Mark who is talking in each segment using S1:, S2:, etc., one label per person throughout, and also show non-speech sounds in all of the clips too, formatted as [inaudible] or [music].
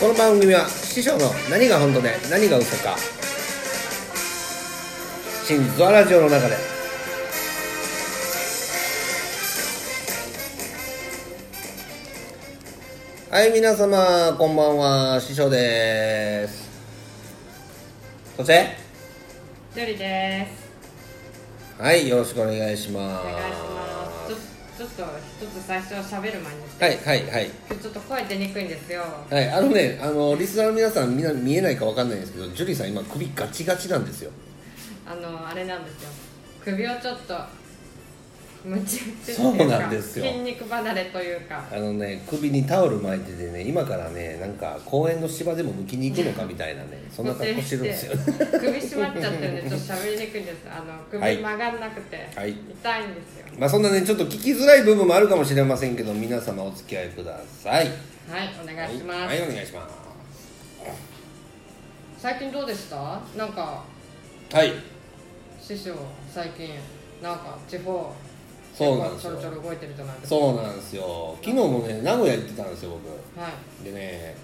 S1: この番組は師匠の何が本当で何が嘘か真実はラジオの中ではい皆様こんばんは師匠ですそして
S2: ジョリです。
S1: はいよろしくお願いし
S2: お
S1: ます
S2: 願いします。ちょちょっと一つ最初喋る前に、
S1: はいはいはい
S2: 今日ちょっと声出にくいんですよ。
S1: はい、あのね、あのリスナーの皆さん、みんな見えないかわかんないんですけど、ジュリーさん、今、首ガチガチなんですよ。
S2: あのあれなんですよ。首をちょっとむち打ちっていか
S1: そうなんですよ
S2: 筋肉離れというか。
S1: あのね、首にタオル巻いててね、今からね、なんか公園の芝でも剥きに行くのかみたいなね、そんな格好してるんですよ。
S2: [laughs] 首締まっち
S1: [laughs]
S2: ゃってるんでちょっと喋りにくいんです。あの首
S1: はい
S2: 曲がんなくて、
S1: はい
S2: 痛いんですよ。
S1: まあそんなね、ちょっと聞きづらい部分もあるかもしれませんけど、皆様お付き合いください。
S2: はい、お願いします。
S1: はい、はいお願いします。
S2: 最近どうでした？なんか
S1: はい、
S2: 師匠最近なんか地方
S1: そうなんですよ
S2: 結構ちょろちょろ動いてるじゃないですか。
S1: そうなんですよ。昨日もね、名古屋行ってたんですよ、僕。
S2: はい。
S1: でね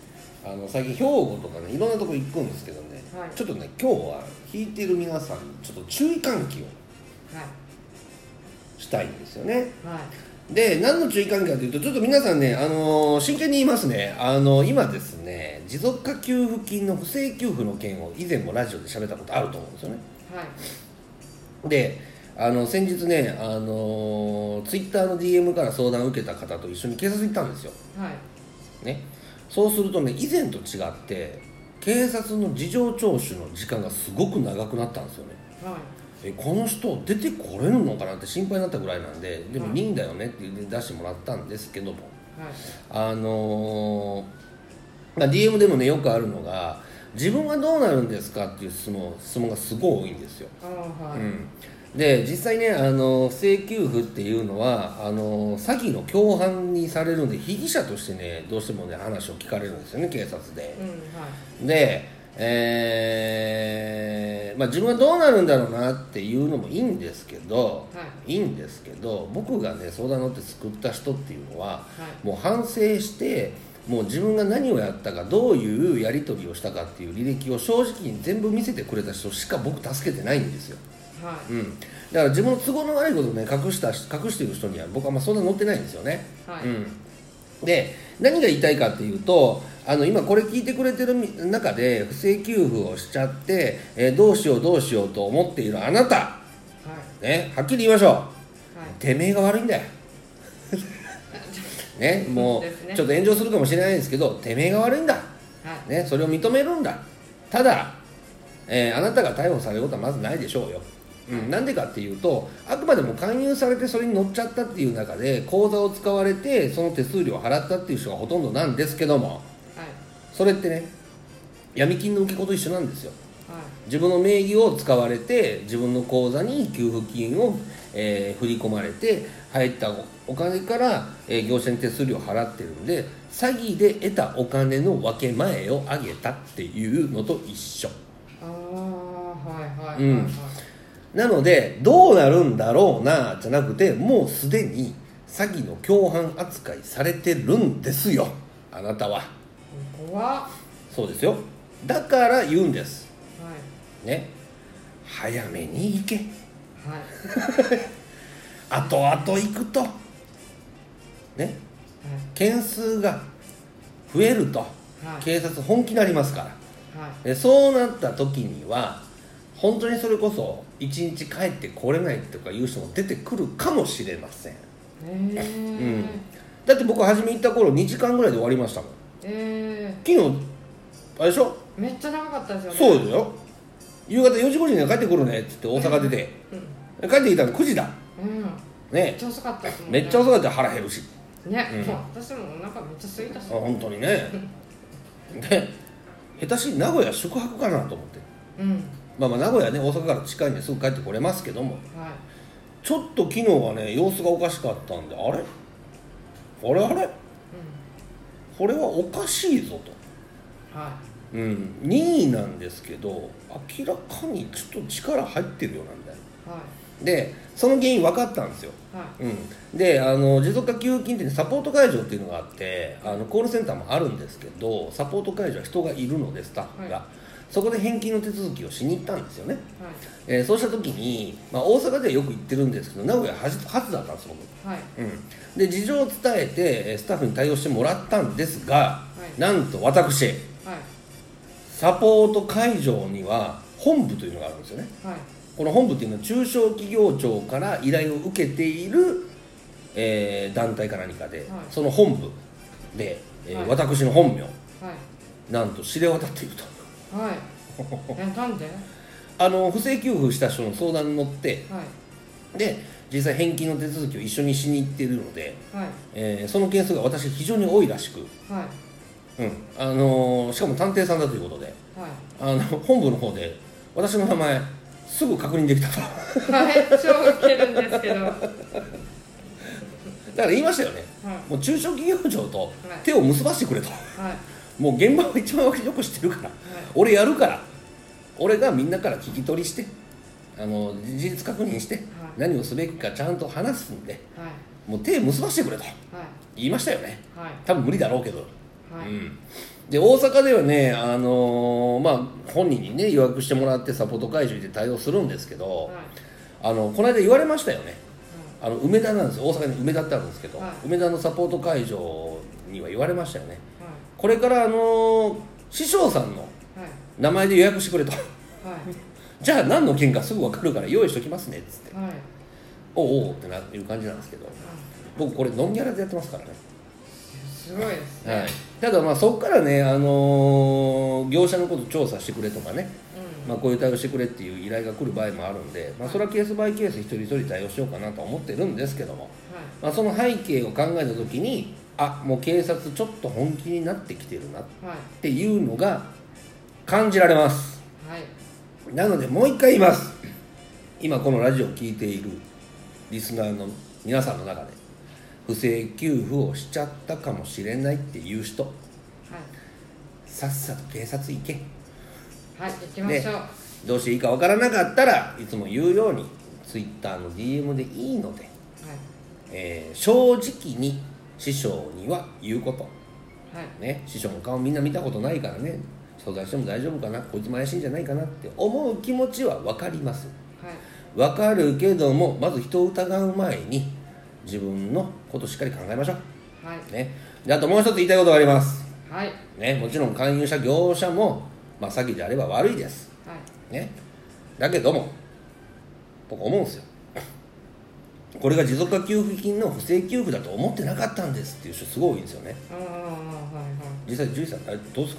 S1: あの最近兵庫とかねいろんなとこ行くんですけどね、
S2: はい
S1: ちょっとね今日は弾いてる皆さんにちょっと注意喚起を
S2: はい。
S1: したいんですよね
S2: はい。
S1: で何の注意喚起かというとちょっと皆さんね、あの真剣に言いますね、あの今ですね持続化給付金の不正給付の件を以前もラジオで喋ったことあると思うんですよね
S2: はい。
S1: であの先日ね、あのツイッターの DM から相談を受けた方と一緒に警察行ったんですよ
S2: はい。
S1: ね、そうするとね以前と違って警察の事情聴取の時間がすごく長くなったんですよね
S2: はい。
S1: えこの人出てこれるのかなって心配になったぐらいなんででも
S2: はい
S1: いいんだよねって言って出してもらったんですけども
S2: はい。
S1: あのーまあ、DM でもねよくあるのが自分はどうなるんですかっていう質問質問がすごい多いんですよ
S2: ああ、は
S1: う
S2: い。
S1: ん、で実際ねあの不正給付っていうのはあの詐欺の共犯にされるんで被疑者としてねどうしてもね話を聞かれるんですよね警察で
S2: うん、は
S1: でえーまあ、自分はどうなるんだろうなっていうのもいいんですけど、、
S2: はい
S1: いんですけど僕がね相談乗って救った人っていうのは、
S2: い。
S1: もう反省してもう自分が何をやったかどういうやり取りをしたかっていう履歴を正直に全部見せてくれた人しか僕助けてないんですよ
S2: はい。は
S1: うん、だから自分の都合の悪いことをね隠した隠してる人には僕はあんまそんな載ってないんですよね、
S2: い。はい。
S1: うん、で何が言いたいかっていうとあの今これ聞いてくれてるみ中で不正給付をしちゃって、えーどうしようどうしようと思っているあなた、ね、はっきり言いましょう、
S2: はい。
S1: てめえが悪いんだよねも
S2: です
S1: う
S2: ね
S1: ちょっと炎上するかもしれないんですけどてめえが悪いんだ
S2: はい。
S1: ね、それを認めるんだただ、えーあなたが逮捕されることはまずないでしょうようんな、んでかっていうとあくまでも勧誘されてそれに乗っちゃったっていう中で口座を使われてその手数料を払ったっていう人がほとんどなんですけども
S2: はい。
S1: それってね闇金の受け子と一緒なんですよ
S2: はい。
S1: 自分の名義を使われて自分の口座に給付金を、えー振り込まれて入ったお金から、えー業者に手数料を払ってるんで詐欺で得たお金の分け前を上げたっていうのと一緒
S2: ああ、はい。はい。はい。
S1: うんなのでどうなるんだろうなじゃなくてもうすでに詐欺の共犯扱いされてるんですよあなたは
S2: 怖っ。は
S1: そうですよだから言うんです
S2: い。
S1: ね早めに行け
S2: はい。
S1: 後々行くとね件数が増えると
S2: はい。はい。
S1: 警察本気になりますから
S2: はい。
S1: でそうなった時には本当にそれこそ1日帰ってこれないとかいう人も出てくるかもしれません
S2: え
S1: うん
S2: え。
S1: だって僕初め行った頃2時間ぐらいで終わりましたもん
S2: え
S1: 昨日あれでしょ
S2: え。めっちゃ長かったですよね。
S1: そうですよ夕方4時5時には帰ってくるねっつって大阪出て帰ってきたの9時だ
S2: うん。うん。めっ
S1: ね
S2: ちゃ遅かったですもん
S1: め
S2: ね。
S1: っちゃ遅かったよ腹減るし
S2: ね、
S1: うん
S2: もう私もお腹めっちゃ空いたし。
S1: あ本当にねで下手しい名古屋宿泊かなと思って
S2: うん。
S1: まあまあ名古屋ね大阪から近いんですぐ帰ってこれますけども
S2: はい。
S1: ちょっと昨日はね様子がおかしかったんであれあれあれこれはおかしいぞと、
S2: うん。は
S1: うん、2位なんですけど明らかにちょっと力入ってるようなんだよ
S2: い。は
S1: でその原因分かったんですよ、
S2: はい
S1: うん、であの持続化給付金って、ね、サポート会場っていうのがあってあのコールセンターもあるんですけどサポート会場は人がいるのでスタッフが、
S2: は
S1: そこで返金の手続きをしに行ったんですよね、
S2: は
S1: えーそうした時に、まあ、大阪ではよく行ってるんですけど名古屋は初初だったんです僕
S2: いはい
S1: うん、で事情を伝えてえースタッフに対応してもらったんですが、
S2: い
S1: なんと私
S2: はい
S1: サポート会場には本部というのがあるんですよね
S2: はい
S1: この本部っていうのは中小企業庁から依頼を受けている、えー団体か何かで、その本部で、えー
S2: はい
S1: 私の本名
S2: はい
S1: なんと知れ渡っていると
S2: はいえなんではい
S1: あの不正給付した人の相談に乗ってで実際返金の手続きを一緒にしに行っているので、
S2: はい
S1: えーその件数が私非常に多いらしく、
S2: はい
S1: うんあのーしかも探偵さんだということで
S2: はい
S1: あの本部の方で私の名前すぐ確認できたと
S2: はい超ウケるんですけどはい
S1: だから言いましたよね
S2: はい
S1: もう中小企業庁と手を結ばしてくれと
S2: はい
S1: もう現場を一番よく知ってるから俺やるから俺がみんなから聞き取りしてあの事実確認して何をすべきかちゃんと話すんで
S2: はい
S1: もう手結ばしてくれと
S2: はい
S1: 言いましたよね
S2: はい
S1: 多分無理だろうけど、
S2: は
S1: う
S2: い
S1: ん、で大阪ではね、あのーまあ、本人にね予約してもらってサポート会場で対応するんですけど、
S2: はい
S1: あのこの間言われましたよねあの梅田なんですよ大阪に梅田ってあるんですけど、
S2: はい
S1: 梅田のサポート会場には言われましたよね
S2: はい
S1: これからあのー師匠さんの
S2: はい
S1: 名前で予約してくれと [laughs]
S2: はい
S1: じゃあ何の件かすぐ分かるから用意しときますねっつって
S2: はい
S1: おうおうってないう感じなんですけど僕これノンギャラでやってますからね、
S2: すごいですね
S1: はい、ただまあそこからね、あのー業者のこと調査してくれとかね、
S2: うん
S1: まあ、こういう対応してくれっていう依頼が来る場合もあるんで、まあ、それはケースバイケース一人一人対応しようかなとは思ってるんですけども
S2: はい
S1: まあ、その背景を考えた時にあもう警察ちょっと本気になってきてるなっ
S2: はい
S1: ていうのが感じられます
S2: はい
S1: なのでもう一回言います今このラジオを聞いているリスナーの皆さんの中で不正給付をしちゃったかもしれないっていう人さっさと警察行け
S2: はいはい行きましょう
S1: どうしていいかわからなかったらいつも言うように Twitter の DM でいいので、えー正直に師匠には言うこと
S2: はいはい
S1: ね、師匠の顔みんな見たことないからね相談しても大丈夫かなこいつも怪しいんじゃないかなって思う気持ちは分かります
S2: はい
S1: 分かるけどもまず人を疑う前に自分のことをしっかり考えましょ
S2: はいう
S1: ねであともう一つ言いたいことがあります
S2: はいはい
S1: ねもちろん勧誘者業者も、まあ、詐欺であれば悪いですねだけども僕思うんですよこれが持続化給付金の不正給付だと思ってなかったんですっていう人すごい多いんですよね
S2: ああはいはい
S1: 実際獣医さんあれどうです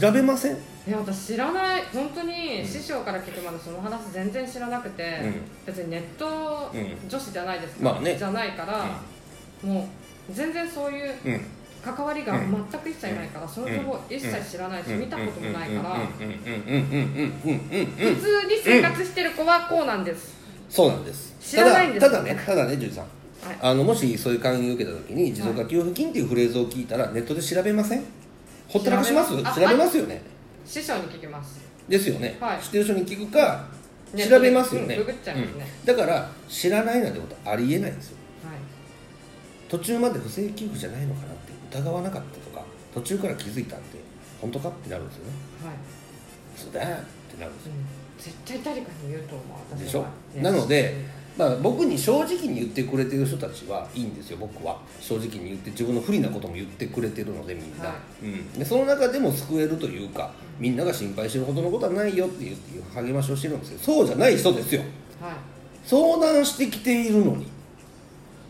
S1: か調べません、うん、
S2: いや私知らない本当に師匠から聞くまでその話全然知らなくて、
S1: うん
S2: 別にネット
S1: うん
S2: 女子じゃないですか、
S1: まあね
S2: じゃないから、もう全然そういう
S1: うん
S2: 関わりが
S1: う
S2: 全く一切ないから、その情報一切知らないし、見たこともないか
S1: う
S2: ら、
S1: んうんうんうんうんうんうんうんうん
S2: 普通に生活してる子はこうなんです、
S1: そうなんです
S2: 知らないんです
S1: ただただねただね獣医さん
S2: はい
S1: あのもしそういう勧誘を受けた時に持続化給付金っていうフレーズを聞いたらネットで調べませんほったらかします
S2: 調
S1: 調
S2: べ
S1: べ
S2: ます
S1: ますよね
S2: 師匠に聞きます
S1: ですよね、
S2: はい
S1: 知ってる人に聞くか
S2: ネッ
S1: 調
S2: トで
S1: べますよね、
S2: うんググっちゃいますね
S1: うんだから知らないなんてことありえないんですよ
S2: はい
S1: 途中まで不正給付じゃないのかなって疑わなかったとか途中から気づいたって本当かってなるんですよね
S2: はい、
S1: そうだよってなるんです
S2: う
S1: よ、
S2: ん、絶対誰かに言うと思う私は
S1: でしょ
S2: ね
S1: なのでまあ、僕に正直に言ってくれてる人たちはいいんですよ僕は正直に言って自分の不利なことも言ってくれてるのでみんな、
S2: は
S1: うん、でその中でも救えるというかみんなが心配してるほどのことはないよっていう励ましをしてるんですけどそうじゃない人ですよ
S2: はい
S1: 相談してきているのに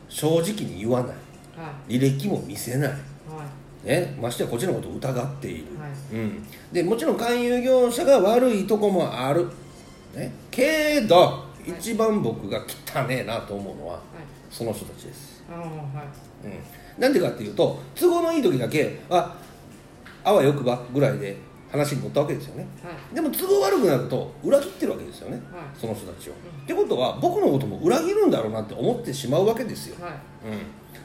S1: 正直に言わない
S2: はい
S1: 履歴も見せない
S2: はい
S1: ね、ましてやこっちのことを疑っている、
S2: は
S1: うん、でもちろん勧誘業者が悪いとこもある、ね、けど、
S2: い
S1: 一番僕が汚ねえなと思うのは
S2: はい
S1: その人たちです、
S2: ああはい
S1: うん、なんでかっていうと都合のいい時だけああわよくばぐらいで話に乗ったわけですよね
S2: はい
S1: でも都合悪くなると裏切ってるわけですよね、
S2: はい
S1: その人たちを、
S2: ん
S1: ってことは僕のことも裏切るんだろうなって思ってしまうわけですよ、
S2: はい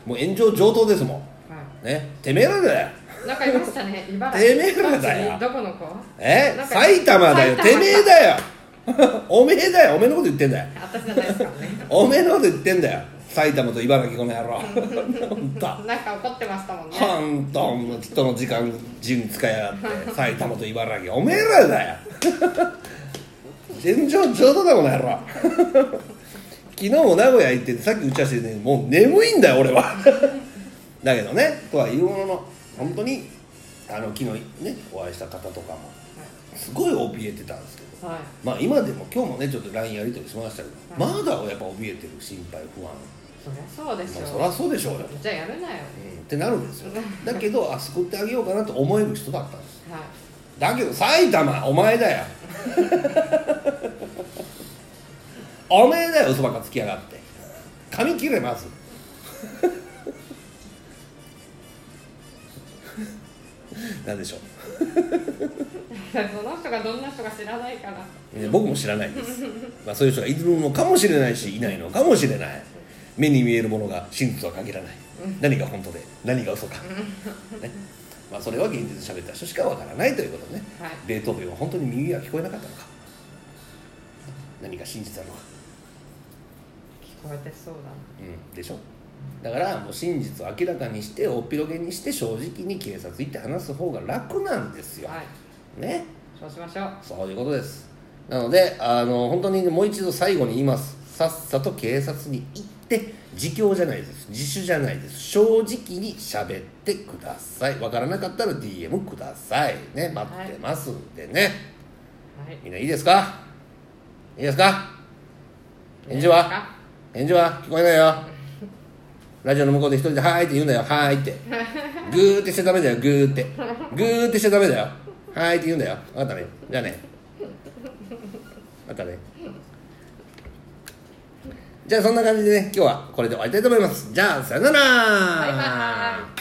S1: うん、もう炎上上等ですもん
S2: はい
S1: ねてめえらだよ
S2: なんかいましたね、茨
S1: てめえらだよ
S2: どこの子
S1: え
S2: なんか
S1: 埼玉だよ
S2: 埼
S1: て
S2: 玉
S1: めえだよ [laughs] おめえだよおめえのこと言ってんだよ
S2: 私じゃないですから
S1: [laughs]
S2: ね
S1: おめえのこと言ってんだよ埼玉と茨城この野
S2: [laughs]
S1: 郎ほんと
S2: なんか怒ってましたもんね
S1: 半トンの人の時間自由に使いやがって埼玉と茨城おめえらだよ [laughs] 全然上手だこの野郎 [laughs] 昨日も名古屋行ってさっき打ち合わせでねもう眠いんだよ俺は [laughs] だけどねとは言うものの本当にあの昨日ねお会いした方とかもすごい怯えてたんですけど
S2: はい
S1: まあ今でも今日もねちょっと LINE やり取りしましたけど、
S2: は
S1: まだやっぱ怯えてる心配不安
S2: そりゃそうで
S1: ま
S2: し
S1: あ、
S2: ょ
S1: そりゃそうでしょうよ
S2: じゃあやるなよ
S1: うんってなるんですよだけどあ救ってあげようかなと思える人だったんです
S2: はい
S1: だけど埼玉お前だよお前だよ嘘ばっかつきやがって髪切れますなんでしょ
S2: [laughs] その人がどんな人か知らないから
S1: うね僕も知らないです、まあ、そういう人がいるのかもしれないしいないのかもしれない目に見えるものが真実とは限らない何が本当で何が嘘か、ねまあ、それは現実で喋った人しかわからないということね
S2: はい
S1: ベートーベンは本当に耳が聞こえなかったのか何か真実なのか、
S2: 聞こえてそうだ
S1: うん、でしょだからもう真実を明らかにしておっぴろげにして正直に警察行って話す方が楽なんですよ、
S2: なはい
S1: ね
S2: そうしましょう
S1: そういうことですなのであの本当にもう一度最後に言いますさっさと警察に行って自供じゃないです自首じゃないです正直に喋ってくださいわからなかったら DM くださいね待ってますんでね、
S2: はい
S1: みんないいですかいいですか返事は返事は聞こえないよラジオの向こうで一人で「はーい」って言うんだよ「はーい」ってグーってしちゃダメだよグーってグーってしちゃダメだよ「はーい」って言うんだよ分かったねじゃあね分かったねじゃあそんな感じでね今日はこれで終わりたいと思いますじゃあさよなら
S2: バイバーイ